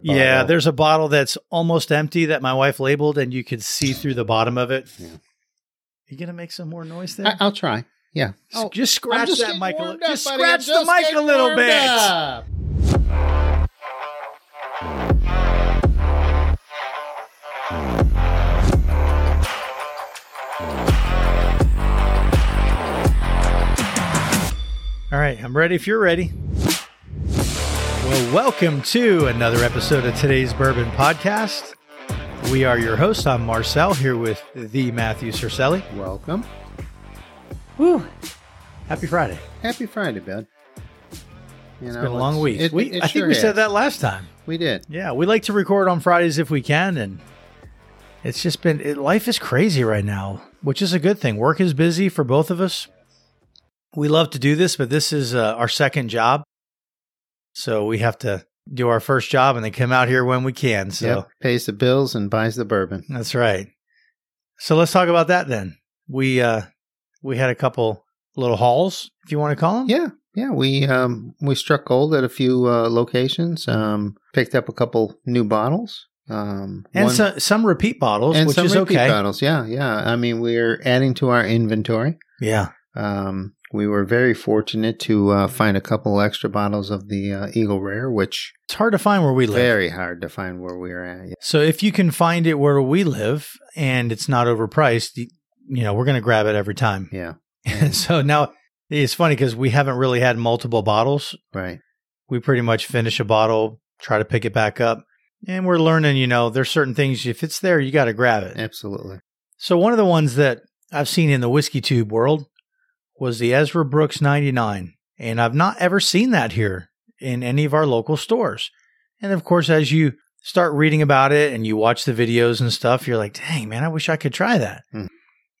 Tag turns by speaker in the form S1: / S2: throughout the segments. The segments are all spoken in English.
S1: Yeah,
S2: bottle.
S1: there's a bottle that's almost empty that my wife labeled, and you could see through the bottom of it.
S2: Yeah.
S1: You gonna make some more noise there?
S2: I, I'll try. Yeah.
S1: S- just
S2: Oh, I'm
S1: scratch
S2: just
S1: that
S2: getting
S1: mic. A
S2: warmed
S1: little,
S2: up,
S1: just
S2: buddy. I'm
S1: scratch
S2: just
S1: the mic a
S2: getting
S1: little
S2: warmed
S1: bit.
S2: up.
S1: All right, I'm ready. If you're ready. Well, welcome to another episode of today's Bourbon Podcast. We are your host. I'm Marcel here with the Matthew Cercelli.
S2: Welcome.
S1: Woo! Happy Friday.
S2: Happy Friday, bud. You
S1: It's been a long week.
S2: it-
S1: we,
S2: it
S1: I think
S2: sure
S1: we said
S2: has.
S1: that last time.
S2: We did.
S1: Yeah, we like to record on Fridays if we can, and it's just been it, life is crazy right now, which is a good thing. Work is busy for both of us. We love to do this, but this is uh, our second job, so we have to do our first job and then come out here when we can. So
S2: Yep. Pays the bills and buys the bourbon.
S1: that's right. So let's talk about that then. We uh we had a couple little hauls, if you want to call them.
S2: Yeah. Yeah, we um we struck gold at a few uh, locations. Um, picked up a couple new bottles. Um,
S1: and
S2: one-
S1: so, some repeat bottles,
S2: and
S1: which
S2: some
S1: is
S2: repeat
S1: okay.
S2: bottles. Yeah, yeah. I mean, we're adding to our inventory.
S1: Yeah,
S2: Um, we were very fortunate to uh, find a couple extra bottles of the uh, Eagle Rare, which
S1: it's hard to find where we live.
S2: very hard to find where we are at. Yeah.
S1: So if you can find it where we live and it's not overpriced, y- you know, we're going to grab it every time.
S2: Yeah,
S1: And so now it's funny because we haven't really had multiple bottles.
S2: right.
S1: We pretty much finish a bottle, try to pick it back up. And we're learning, you know, there's certain things, if it's there, you got to grab it.
S2: Absolutely.
S1: So one of the ones that I've seen in the whiskey tube world was the Ezra Brooks 99, and I've not ever seen that here in any of our local stores. And of course, as you start reading about it and you watch the videos and stuff, you're like, "Dang, man, I wish I could try that."
S2: Hmm.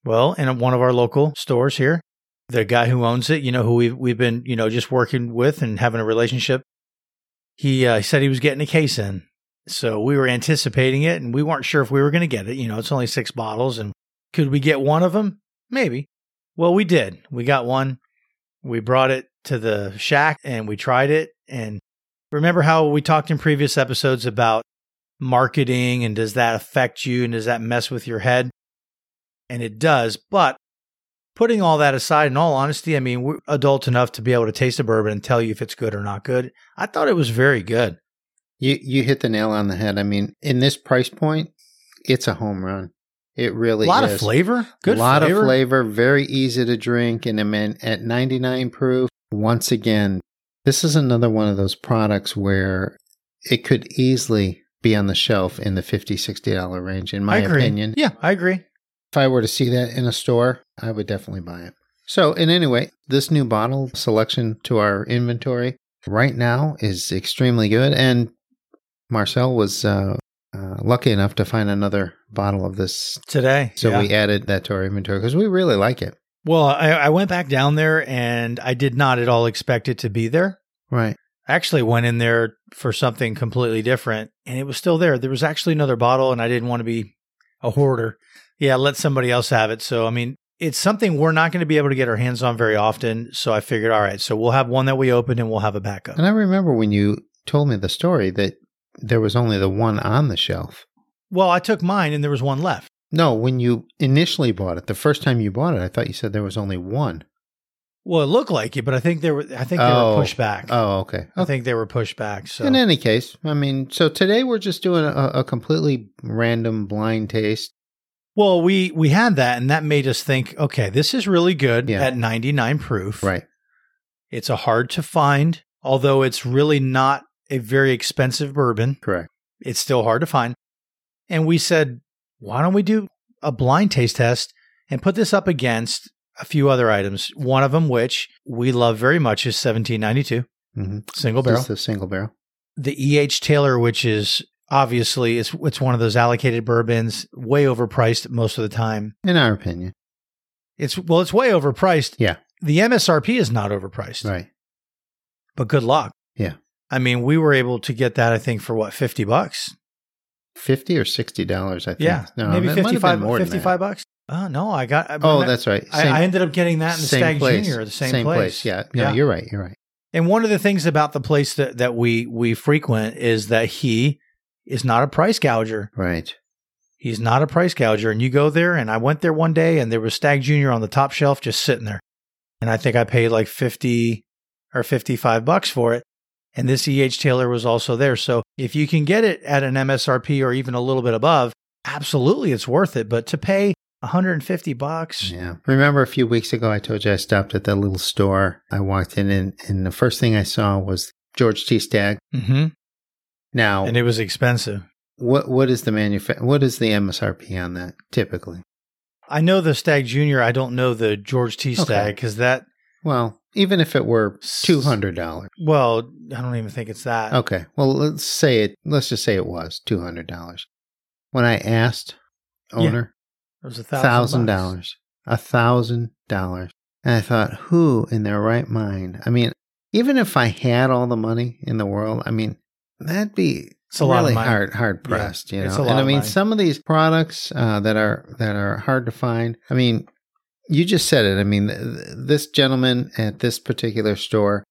S1: Well, in one of our local stores here, the guy who owns it, you know, who we've we've been, you know, just working with and having a relationship, he uh, said he was getting a case in, so we were anticipating it and we weren't sure if we were going to get it. You know, it's only six bottles and could we get one of them? Maybe. Well, we did. We got one. We brought it to the shack and we tried it. And remember how we talked in previous episodes about marketing and does that affect you and does that mess with your head? And it does. But putting all that aside, in all honesty, I mean, we're adult enough to be able to taste a bourbon and tell you if it's good or not good. I thought it was very good.
S2: You you hit the nail on the head. I mean, in this price point, it's a home run. It
S1: A
S2: really
S1: lot
S2: is.
S1: of flavor. Good
S2: a lot
S1: flavor.
S2: of flavor, very easy to drink, and I mean at 99 proof. Once again, this is another one of those products where it could easily be on the shelf in the 50 60 dollar range in my
S1: I agree.
S2: opinion.
S1: Yeah, I agree.
S2: If I were to see that in a store, I would definitely buy it. So, in any way, this new bottle selection to our inventory right now is extremely good. And Marcel was uh, uh, lucky enough to find another bottle of this.
S1: Today.
S2: So,
S1: yeah.
S2: we added that to our inventory because we really like it.
S1: Well, I, I went back down there and I did not at all expect it to be there.
S2: Right.
S1: I actually went in there for something completely different and it was still there. There was actually another bottle and I didn't want to be a hoarder. Yeah, let somebody else have it. So, I mean, it's something we're not going to be able to get our hands on very often. So I figured, all right, so we'll have one that we opened and we'll have a backup.
S2: And I remember when you told me the story that there was only the one on the shelf.
S1: Well, I took mine and there was one left.
S2: No, when you initially bought it, the first time you bought it, I thought you said there was only one.
S1: Well, it looked like it, but I think they were, I think they
S2: Oh.
S1: were pushed back.
S2: Oh, okay.
S1: I think they were pushed back. So
S2: In any case, I mean, so today we're just doing a, a completely random blind taste.
S1: Well, we we had that, and that made us think, okay, this is really good
S2: Yeah.
S1: at 99 proof.
S2: Right.
S1: It's a hard to find, although it's really not a very expensive bourbon.
S2: Correct.
S1: It's still hard to find. And we said, why don't we do a blind taste test and put this up against a few other items? One of them, which we love very much, is 1792
S2: Mm-hmm.
S1: single barrel.
S2: the single barrel.
S1: the E.H. Taylor, which is obviously it's it's one of those allocated bourbons, way overpriced most of the time.
S2: In our opinion.
S1: It's well, it's way overpriced.
S2: Yeah.
S1: The MSRP is not overpriced,
S2: Right.
S1: but good luck.
S2: Yeah.
S1: I mean, we were able to get that, I think, for what, 50 bucks?
S2: 50 or $60, I think.
S1: Yeah.
S2: No,
S1: Maybe
S2: it might have been
S1: 55,
S2: more than that.
S1: 55 bucks. Oh, no, I got. I,
S2: Oh, that's right.
S1: I, I ended up getting that in the
S2: same
S1: Stag
S2: place.
S1: Junior, the same,
S2: Yeah. No,
S1: Yeah.
S2: you're right. You're right.
S1: And one of the things about the place that, that we, we frequent is that he is not a price gouger.
S2: Right.
S1: He's not a price gouger. And you go there, and I went there one day, and there was Stag Junior on the top shelf just sitting there, and I think I paid like fifty or fifty-five bucks for it. And this EH Taylor was also there. So if you can get it at an MSRP or even a little bit above, absolutely it's worth it. But to pay 150 bucks,
S2: Yeah. Remember a few weeks ago, I told you I stopped at that little store. I walked in, and, and the first thing I saw was George T. Stag.
S1: hmm
S2: Now,
S1: and it was expensive.
S2: what what is the manufa- What is the MSRP on that typically?
S1: I know the Stag Junior. I don't know the George T
S2: Okay.
S1: Stag because that.
S2: Well, even if it were
S1: S-
S2: two hundred dollars.
S1: Well, I don't even think it's that.
S2: Okay. Well, let's say it. Let's just say it was two hundred dollars. When I asked
S1: Yeah,
S2: owner
S1: It was a
S2: thousand
S1: thousand bucks.
S2: dollars, a thousand dollars, and I thought, who in their right mind? I mean, even if I had all the money in the world, I mean, that'd be
S1: It's a
S2: really
S1: lot of money.
S2: hard hard
S1: Yeah,
S2: pressed. you know,
S1: it's a lot
S2: and I
S1: of
S2: mean,
S1: money.
S2: some of these products uh, that are that are hard to find. I mean, you just said it. I mean, th- th- this gentleman at this particular store.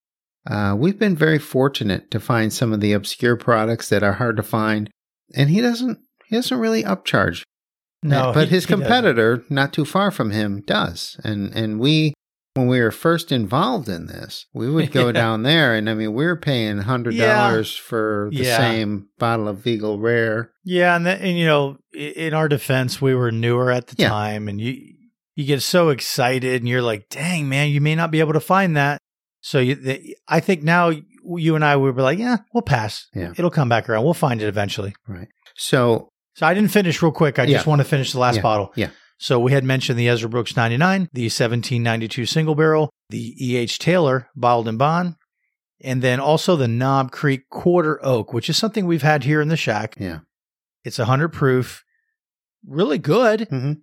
S2: Uh, we've been very fortunate to find some of the obscure products that are hard to find, and he doesn't he doesn't really upcharge
S1: No,
S2: but
S1: he-
S2: his
S1: he doesn't.
S2: competitor, not too far from him, does. And and we, when we were first involved in this, we would go
S1: Yeah.
S2: down there, and I mean, we were paying hundred dollars for the
S1: Yeah.
S2: same bottle of Vigo Rare.
S1: Yeah, and that, and you know, i- in our defense, we were newer at the
S2: Yeah.
S1: time, and you you get so excited, and you're like, "Dang, man, you may not be able to find that." So you, the, I think now you and I we were like, "Yeah, we'll pass.
S2: Yeah.
S1: It'll come back around. We'll find it eventually."
S2: So
S1: So I didn't finish real quick. I just
S2: Yeah.
S1: want to finish the last bottle.
S2: yeah.
S1: So we had mentioned the Ezra Brooks 99, the 1792 single barrel, the E.H. Taylor bottled and bond, and then also the Knob Creek quarter oak, which is something we've had here in the shack.
S2: Yeah.
S1: It's 100 proof, really good.
S2: Mhm.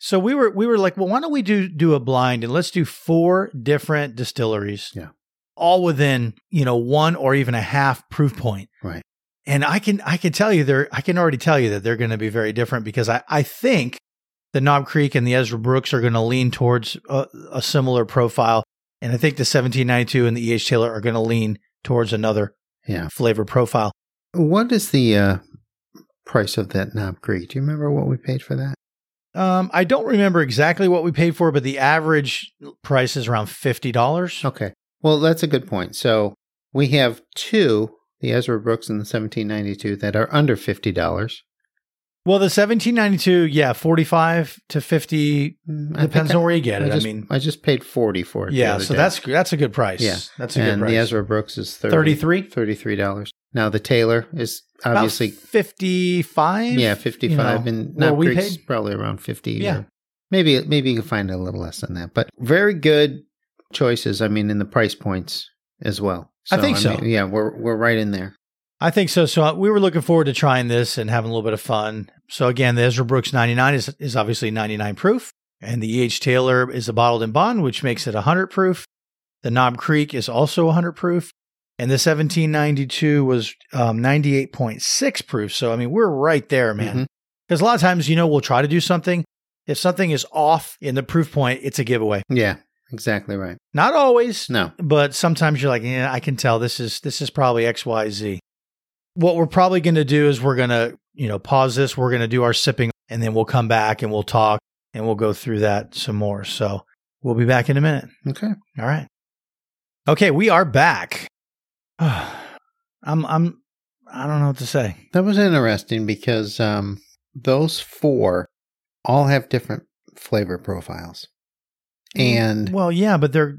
S1: So we were we were like, well, why don't we do do a blind and let's do four different distilleries.
S2: Yeah.
S1: All within, you know, one or even a half proof point.
S2: Right.
S1: And I can I can tell you they're I can already tell you that they're gonna be very different because I, I think the Knob Creek and the Ezra Brooks are gonna lean towards a, a similar profile. And I think the 1792 and the EH Taylor are gonna lean towards another
S2: Yeah.
S1: flavor profile.
S2: what is the uh, price of that Knob Creek? Do you remember what we paid for that?
S1: Um, I don't remember exactly what we paid for, but the average price is around fifty dollars.
S2: Okay. Well, that's a good point. So we have two, the Ezra Brooks and the 1792, that are under fifty dollars.
S1: Well, the 1792, yeah, 45 to 50 depends on where you get
S2: Mm, I
S1: it. I,
S2: just,
S1: mean,
S2: I just paid forty for it. the
S1: yeah,
S2: other
S1: so
S2: day.
S1: that's that's a good price.
S2: Yeah.
S1: that's a good
S2: and
S1: price.
S2: the Ezra Brooks is 30,
S1: 33,
S2: $33. Now the Taylor is obviously
S1: about 55.
S2: yeah, 55
S1: you know,
S2: and
S1: where
S2: not
S1: we
S2: Creek's
S1: paid.
S2: probably around 50.
S1: Yeah.
S2: or- maybe maybe you can find it a little less than that. But very good choices I mean in the price points as well.
S1: I think so.
S2: mean, yeah, we're we're right in there.
S1: I think so. So uh, we were looking forward to trying this and having a little bit of fun. So again, the Ezra Brooks 99 is is obviously 99 proof, and the E.H. Taylor is a bottled and bond, which makes it 100 proof. The Knob Creek is also 100 proof, and the 1792 was um, 98.6 proof. So I mean, we're right there, man.
S2: Mhm.
S1: Because a lot of times, you know, we'll try to do something. If something is off in the proof point, it's a giveaway.
S2: Yeah, exactly right.
S1: Not always,
S2: No.
S1: but sometimes you're like, yeah, I can tell this is this is probably X Y Z. What we're probably going to do is we're going to you know pause this. We're going to do our sipping, and then we'll come back and we'll talk and we'll go through that some more. So we'll be back in a minute.
S2: Okay.
S1: All right. Okay, we are back. I'm I'm I don't know what to say.
S2: That was interesting because um those four all have different flavor profiles.
S1: Mm.
S2: And
S1: well, yeah, but they're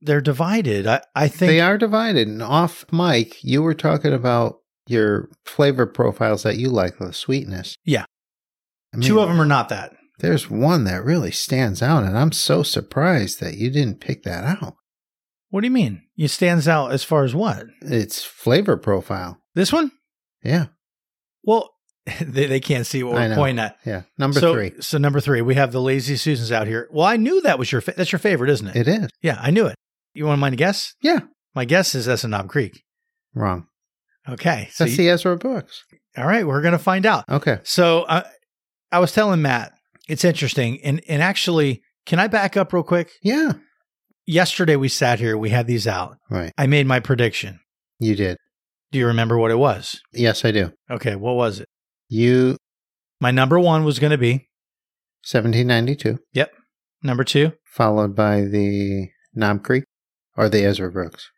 S1: they're divided. I I think
S2: they are divided. And off mic, you were talking about your flavor profiles that you like, the sweetness.
S1: Yeah.
S2: I mean,
S1: two of them are not that.
S2: There's one that really stands out, and I'm so surprised that you didn't pick that out.
S1: What do you mean? It stands out as far as what?
S2: It's flavor profile.
S1: This one?
S2: Yeah.
S1: Well, they, they can't see what
S2: I
S1: we're
S2: know.
S1: pointing at.
S2: Yeah. Number
S1: so,
S2: three.
S1: So number three, we have the Lazy Susans out here. Well, I knew that was your fa- that's your favorite, isn't it?
S2: It is.
S1: Yeah, I knew it. You want mind a guess?
S2: Yeah.
S1: My guess is that's a Knob Creek.
S2: Wrong.
S1: Okay. So
S2: That's
S1: you-
S2: the Ezra Brooks.
S1: all right, we're gonna find out.
S2: Okay.
S1: So uh, I was telling Matt, it's interesting, and and actually, can I back up real quick?
S2: Yeah.
S1: Yesterday we sat here, we had these out.
S2: Right.
S1: I made my prediction.
S2: You did.
S1: Do you remember what it was?
S2: Yes, I do.
S1: Okay, what was it?
S2: You
S1: My number one was going to be
S2: 1792,
S1: number two,
S2: followed by the Knob Creek or the Ezra Brooks.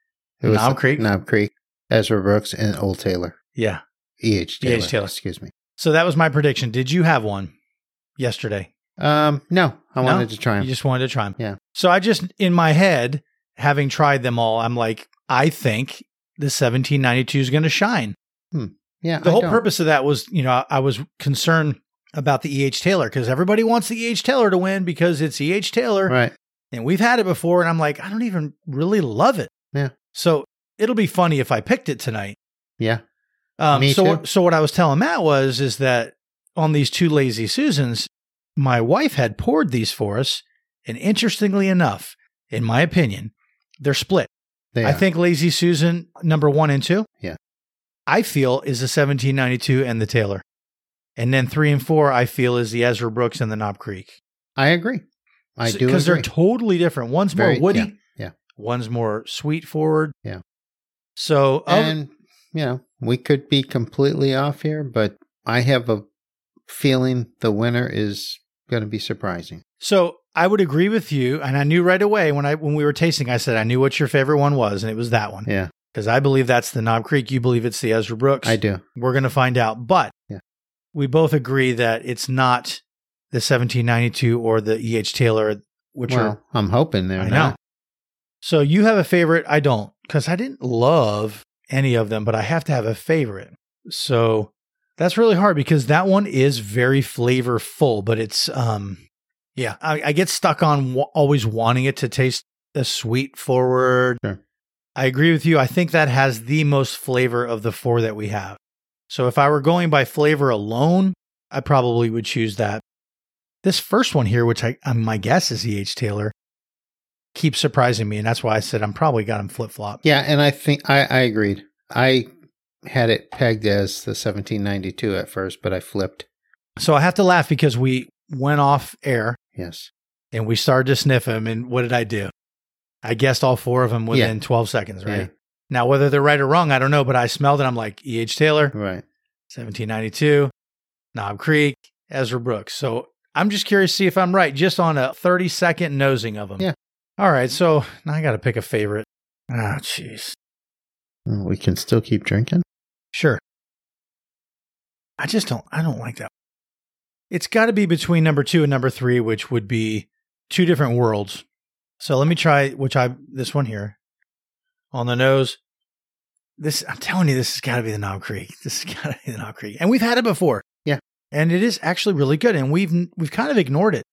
S1: Knob
S2: the-
S1: Creek?
S2: Knob Creek, Ezra Brooks, and Old Taylor.
S1: yeah.
S2: E.H. Taylor.
S1: E.H. Taylor.
S2: Excuse me.
S1: So that was my prediction. Did you have one yesterday?
S2: Um, no, I
S1: No?
S2: wanted to try
S1: You
S2: him.
S1: just wanted to try them.
S2: Yeah.
S1: So I just, in my head, having tried them all, I'm like, I think the 1792 is going to shine.
S2: yeah,
S1: The
S2: I
S1: whole
S2: don't.
S1: purpose of that was, you know, I, I was concerned about the E.H. Taylor because everybody wants the E.H. Taylor to win because it's E.H. Taylor.
S2: Right.
S1: And we've had it before. And I'm like, I don't even really love it.
S2: Yeah.
S1: So it'll be funny if I picked it tonight.
S2: Yeah.
S1: Um,
S2: Me
S1: so,
S2: too.
S1: so what I was telling Matt was, is that on these two lazy Susans, my wife had poured these for us. And interestingly enough, in my opinion, they're split.
S2: They
S1: I
S2: are.
S1: think Lazy Susan, number one and two.
S2: Yeah.
S1: I feel is the 1792 and the Taylor. And then three and four, I feel is the Ezra Brooks and the Knob Creek.
S2: I agree. I do
S1: Because they're
S2: agree.
S1: totally different. One's
S2: Very-
S1: more woody,
S2: yeah, yeah.
S1: one's more sweet forward.
S2: Yeah.
S1: So, of-
S2: and you know, we could be completely off here, but I have a feeling the winner is going to be surprising.
S1: so I would agree with you. And I knew right away when I when we were tasting, I said I knew what your favorite one was, and it was that one.
S2: Yeah,
S1: Because I believe that's the Knob Creek. You believe it's the Ezra Brooks.
S2: I do.
S1: We're going to find out. But
S2: Yeah.
S1: we both agree that it's not the 1792 or the E.H. Taylor, which
S2: Well, I'm hoping
S1: are.
S2: they're
S1: I know.
S2: not.
S1: So you have a favorite. I don't because I didn't love any of them, but I have to have a favorite. So that's really hard because that one is very flavorful, but it's, um, yeah, I, I get stuck on w- always wanting it to taste a sweet forward.
S2: Sure.
S1: I agree with you. I think that has the most flavor of the four that we have. So if I were going by flavor alone, I probably would choose that. This first one here, which I, um, my guess is E.H. Taylor, keeps surprising me. And that's why I said I'm probably got him flip flop.
S2: Yeah, and I think I, I agreed. I had it pegged as the 1792 at first, but I flipped.
S1: So I have to laugh because we went off air
S2: Yes.
S1: and we started to sniff them. And what did I do? I guessed all four of them within 12 seconds, right?
S2: Yeah.
S1: Now, whether they're right or wrong, I don't know, but I smelled it. I'm like, E.H. Taylor,
S2: Right.
S1: 1792, Knob Creek, Ezra Brooks. So I'm just curious to see if I'm right, just on a 30 second nosing of them.
S2: Yeah.
S1: All right. So now I got to pick a favorite. Ah, jeez.
S2: Well, Mm, we can still keep drinking.
S1: Sure. I just don't I don't like that. It's got to be between number 2 and number 3, which would be two different worlds. So let me try which I this one here. On the nose. This I'm telling you this has got to be the Knob Creek. This has got to be the Knob Creek. And we've had it before.
S2: Yeah.
S1: And it is actually really good and we've we've kind of ignored it.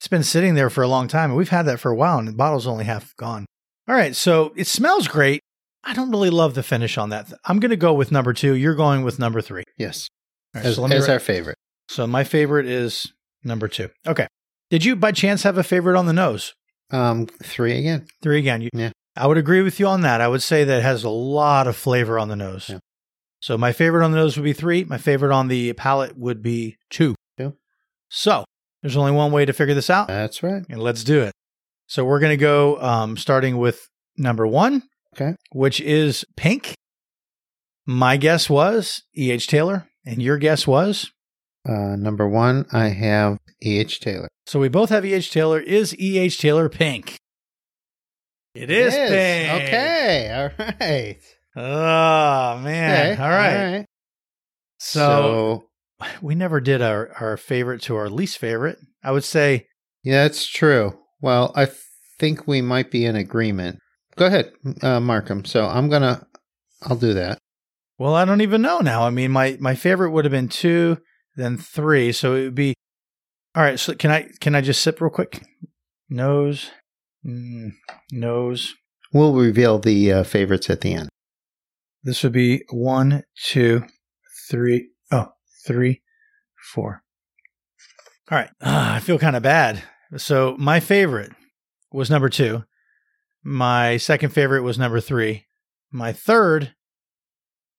S1: It's been sitting there for a long time and we've had that for a while and the bottle's only half gone. All right, so it smells great. I don't really love the finish on that. I'm going to go with number two. You're going with number three.
S2: Yes.
S1: All right,
S2: As,
S1: so, let me
S2: as
S1: write-
S2: our favorite.
S1: so my favorite is number two. Okay. Did you by chance have a favorite on the nose?
S2: Um, three again.
S1: Three again. You,
S2: Yeah.
S1: I would agree with you on that. I would say that it has a lot of flavor on the nose.
S2: Yeah.
S1: So my favorite on the nose would be three. My favorite on the palate would be two.
S2: Two.
S1: So there's only one way to figure this out,
S2: That's right.
S1: and let's do it. So we're going to go um, starting with number one.
S2: Okay.
S1: which is pink. My guess was E.H. Taylor, and your guess was.
S2: Uh, number one, I have E.H. Taylor.
S1: So we both have E.H. Taylor. Is E.H. Taylor pink? It is, pink.
S2: Okay. All right.
S1: Oh, man.
S2: Okay.
S1: All right. So,
S2: So,
S1: we never did our, our favorite to our least favorite. I would say,
S2: yeah, that's true. Well, I think we might be in agreement. Go ahead, uh, Markham. So I'm gonna, I'll do that.
S1: well, I don't even know now. I mean, my, my favorite would have been two, then three. So it would be. All right. So can I can I just sip real quick? Nose, mm, nose.
S2: We'll reveal the uh, favorites at the end.
S1: This would be one, two, three, oh, three, four. All right. Ah, I feel kind of bad. So my favorite was number two. My second favorite was number three. My third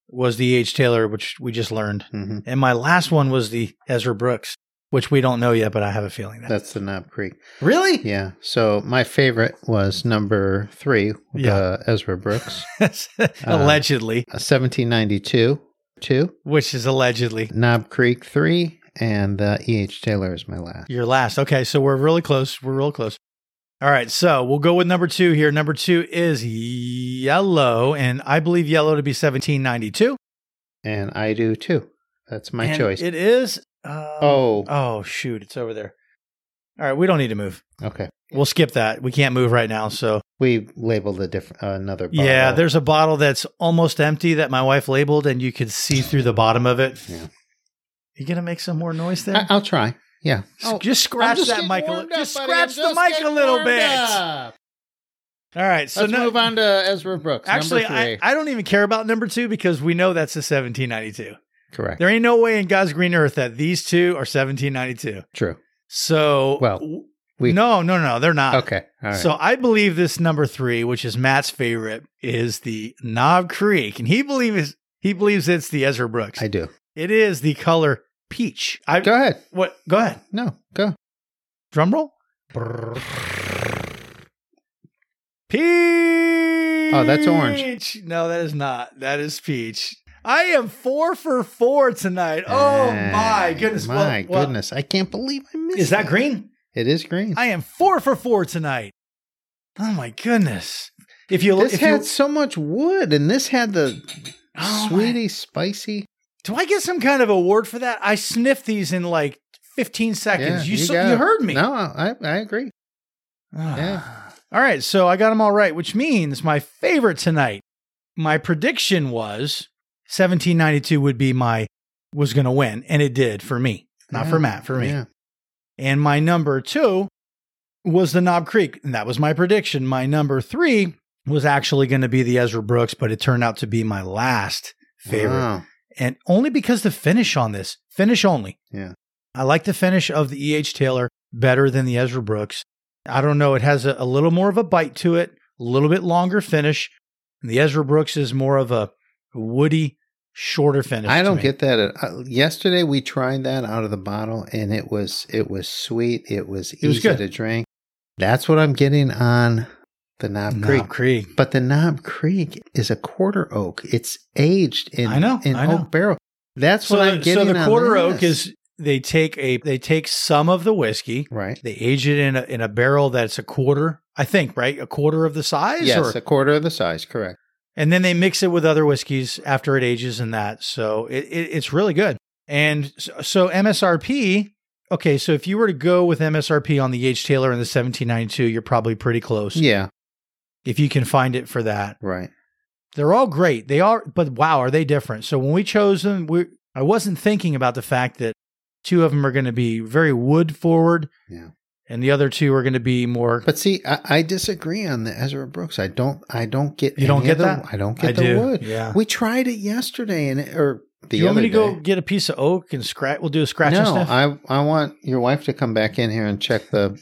S1: was the H. Taylor, which we just learned.
S2: Mm-hmm.
S1: And my last one was the Ezra Brooks. which we don't know yet, but I have a feeling that.
S2: That's the Knob Creek.
S1: really?
S2: Yeah. So my favorite was number three,
S1: Yeah.
S2: uh, Ezra Brooks, Uh-huh.
S1: allegedly,
S2: uh, 1792, two,
S1: which is allegedly
S2: Knob Creek, three, and uh, E.H. Taylor is my last.
S1: your last. Okay, so we're really close. We're real close. All right, so we'll go with number two here. Number two is yellow, and I believe yellow to be 1792.
S2: And I do too. That's my
S1: And
S2: choice.
S1: It is. Uh,
S2: oh,
S1: Oh, shoot. It's over there. All right, we don't need to move.
S2: okay.
S1: We'll skip that. We can't move right now. So,
S2: We labeled a different uh, another. Bottle.
S1: yeah, there's a bottle that's almost empty that my wife labeled, and you could see through the bottom of it.
S2: Yeah.
S1: You going to make some more noise there?
S2: I- oh, I'll try. Yeah.
S1: S- Oh, just scratch that mic a little Just scratch the mic a little bit. All right. So
S2: Let's
S1: now,
S2: move on to Ezra Brooks.
S1: Actually,
S2: number
S1: I,
S2: three.
S1: I don't even care about number two because we know that's a 1792.
S2: Correct.
S1: There ain't no way in God's green earth that these two are 1792.
S2: True.
S1: So,
S2: Well,
S1: w-
S2: we-
S1: no, no, no, they're not.
S2: Okay. All right.
S1: So I believe this number three, which is Matt's favorite, is the Knob Creek, and he believes he believes it's the Ezra Brooks.
S2: I do.
S1: it is the color peach. I
S2: Go ahead.
S1: what? Go ahead.
S2: No, go.
S1: Drum roll. Peach.
S2: Oh, that's orange.
S1: No, that is not. That is peach. I am four for four tonight. Oh my
S2: Ah,
S1: goodness! Well-
S2: My
S1: well,
S2: goodness. I can't believe I missed
S1: Is that green?
S2: It is green.
S1: I am four for four tonight. Oh my goodness! If you look,
S2: this
S1: if
S2: had
S1: you,
S2: so much wood, and this had the
S1: Oh, my-
S2: sweetie spicy.
S1: do I get some kind of award for that? I sniffed these in like fifteen seconds.
S2: Yeah,
S1: you saw,
S2: got
S1: you
S2: it.
S1: heard me.
S2: No, I, I agree.
S1: Ah.
S2: Yeah.
S1: All right, so I got them all right, which means my favorite tonight. My prediction was 1792 would be my was going to win, and it did for me, not for
S2: Yeah,
S1: Matt, for me.
S2: yeah.
S1: And my number two was the Knob Creek, and that was my prediction. My number three was actually going to be the Ezra Brooks, but it turned out to be my last favorite,
S2: Wow.
S1: and only because the finish on this finish only.
S2: Yeah.
S1: I like the finish of the E.H. Taylor better than the Ezra Brooks. I don't know. It has a, a little more of a bite to it, a little bit longer finish. And the Ezra Brooks is more of a woody, shorter finish.
S2: I
S1: to
S2: don't
S1: me.
S2: get that. At, uh, yesterday we tried that out of the bottle, and it was it was sweet. It was easy
S1: was good.
S2: to drink. That's what I'm getting on the Knob
S1: Knob
S2: Creek.
S1: Creek.
S2: But the Knob Creek is a quarter oak. It's aged in
S1: I know,
S2: in
S1: I know.
S2: oak barrel. That's
S1: So,
S2: what I'm
S1: the-
S2: getting.
S1: so the
S2: on
S1: quarter oak
S2: this.
S1: is they take a they take some of the whiskey,
S2: right.
S1: they age it in a, in a barrel that's a quarter, I think, right, a quarter of the size.
S2: Yes,
S1: or-
S2: a quarter of the size. Correct.
S1: and then they mix it with other whiskeys after it ages and that. So it, it, it's really good. And so, so MSRP, okay, so if you were to go with MSRP on the H. Taylor and the 1792, you're probably pretty close
S2: Yeah.
S1: if you can find it for that.
S2: Right.
S1: They're all great. They are, but wow, are they different? So when we chose them, we I wasn't thinking about the fact that two of them are going to be very wood forward,
S2: Yeah.
S1: and the other two are going to be more.
S2: But see, I, I disagree on the Ezra Brooks. I don't. I don't get.
S1: You don't
S2: any of
S1: get
S2: the-
S1: that?
S2: I don't get
S1: I
S2: the
S1: do,
S2: wood.
S1: yeah.
S2: We tried it yesterday, and it, or the
S1: Do you want
S2: other
S1: me to
S2: day.
S1: go get a piece of oak and scratch? We'll do a scratch and
S2: No,
S1: sniff.
S2: I I want your wife to come back in here and check the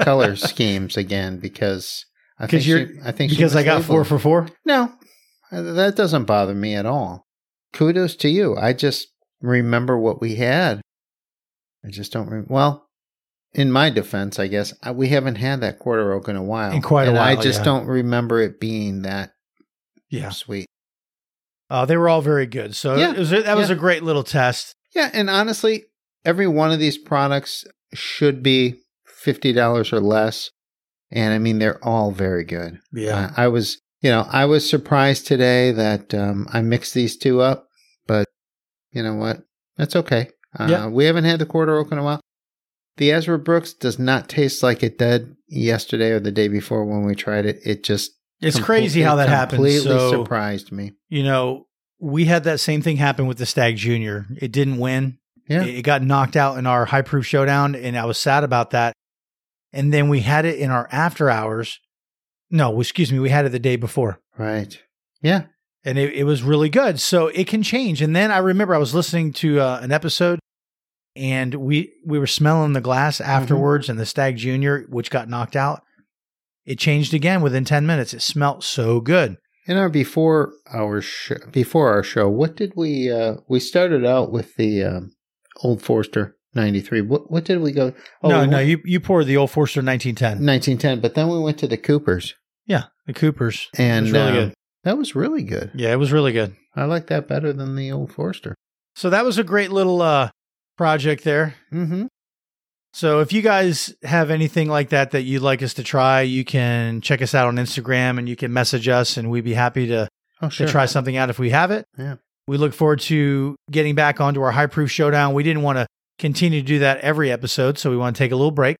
S2: color schemes again because I
S1: 'Cause
S2: think she,
S1: you're-
S2: I think she
S1: because I got
S2: mislabeled
S1: four
S2: it.
S1: for four.
S2: No, Uh, that doesn't bother me at all. Kudos to you. I just remember what we had. I just don't remember. Well, in my defense, I guess I, we haven't had that quarter oak in a while.
S1: In quite a
S2: and I
S1: while,
S2: just
S1: yeah.
S2: don't remember it being that
S1: Yeah,
S2: sweet.
S1: uh, they were all very good. So
S2: Yeah.
S1: it was a, that was
S2: Yeah.
S1: a great little test.
S2: Yeah, and honestly, every one of these products should be fifty dollars or less. And I mean, they're all very good. Uh, I was, you know, I was surprised today that um, I mixed these two up, but you know what? That's okay. Uh,
S1: Yeah.
S2: We haven't had the quarter oak in a while. The Ezra Brooks does not taste like it did yesterday or the day before when we tried it. It just
S1: it's
S2: comple-
S1: crazy how
S2: it
S1: that happens.
S2: Completely
S1: So
S2: surprised me.
S1: you know, we had that same thing happen with the Stag Junior. It didn't win.
S2: Yeah,
S1: It, it got knocked out in our high proof showdown, and I was sad about that. And then we had it in our after hours. No, excuse me, we had it the day before.
S2: right. Yeah,
S1: and it, it was really good. So it can change. And then I remember I was listening to uh, an episode, and we we were smelling the glass afterwards, and the Stag Junior, which got knocked out, it changed again within ten minutes. It smelt so good.
S2: In our before our sh- before our show, what did we uh we started out with the um, Old Forester 93. What, what did we go? Oh,
S1: no,
S2: we
S1: no,
S2: went-
S1: you you poured the old Forster 1910.
S2: 1910. But then we went to the Coopers.
S1: Yeah, the Coopers.
S2: And
S1: was really
S2: uh,
S1: good.
S2: that was really good.
S1: Yeah, it was really good.
S2: I like that better than the old Forester.
S1: So that was a great little uh, project there.
S2: Mm-hmm.
S1: So if you guys have anything like that that you'd like us to try, you can check us out on Instagram and you can message us, and we'd be happy to,
S2: Oh, sure.
S1: to try something out if we have it.
S2: Yeah.
S1: We look forward to getting back onto our high proof showdown. We didn't want to continue to do that every episode, so we want to take a little break,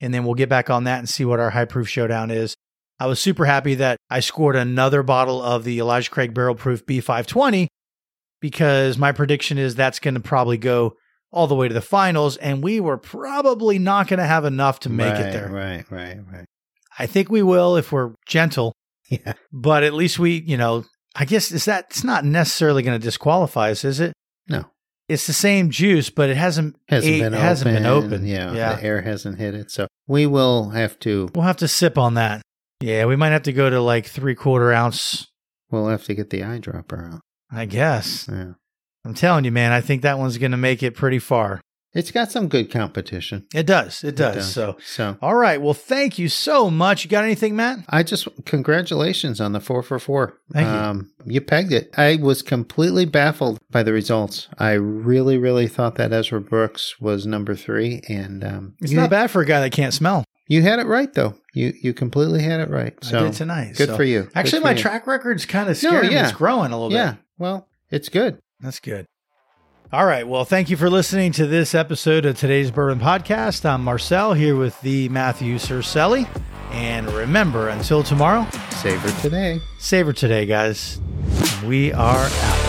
S1: and then we'll get back on that and see what our high proof showdown is. I was super happy that I scored another bottle of the Elijah Craig Barrel Proof B520 because my prediction is that's going to probably go all the way to the finals, and we were probably not going to have enough to make
S2: Right,
S1: it there.
S2: Right, right, right.
S1: I think we will if we're gentle,
S2: Yeah.
S1: but at least we, you know, I guess is that it's not necessarily going to disqualify us, is it?
S2: No.
S1: It's the same juice, but it hasn't.
S2: Hasn't
S1: It
S2: been open.
S1: hasn't been open.
S2: Yeah,
S1: Yeah.
S2: The air hasn't hit it. So we will have to,
S1: We'll have to sip on that. Yeah, we might have to go to like three quarter ounce.
S2: we'll have to get the eyedropper out.
S1: I guess.
S2: Yeah.
S1: I'm telling you, man. I think that one's going to make it pretty far.
S2: It's got some good competition.
S1: It does. It does.
S2: It does.
S1: So,
S2: So
S1: all right. Well, thank you so much. You got anything, Matt?
S2: I just congratulations on the four for four.
S1: Thank you.
S2: um, you. pegged it. I was completely baffled by the results. I really, really thought that Ezra Brooks was number three, and um,
S1: It's
S2: you,
S1: not bad for a guy that can't smell.
S2: You had it right though. You you completely had it right. So
S1: I did tonight.
S2: good
S1: so-
S2: for you. Good
S1: Actually,
S2: for
S1: my
S2: you.
S1: track record's kind of scary.
S2: yeah.
S1: It's growing a little bit.
S2: Yeah. Well, it's good.
S1: That's good. All right. Well, thank you for listening to this episode of today's Bourbon Podcast. I'm Marcel here with the Matthew Cercelli. And remember, until tomorrow,
S2: Savor today.
S1: savor today, guys. We are out.